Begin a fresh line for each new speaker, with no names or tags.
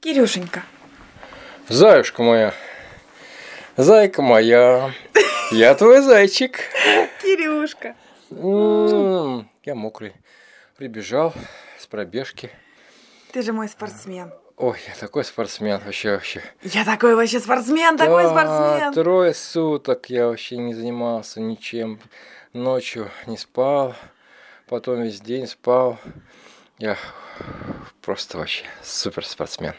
Кирюшенька.
Заюшка моя. Зайка моя. Я твой зайчик.
Кирюшка.
М, Я мокрый. Прибежал с пробежки.
Ты же мой спортсмен.
Ой, я такой спортсмен вообще вообще.
Я такой вообще спортсмен, такой
Да,
спортсмен.
Трое суток я вообще не занимался ничем. Ночью не спал, потом весь день спал. Я просто вообще супер спортсмен.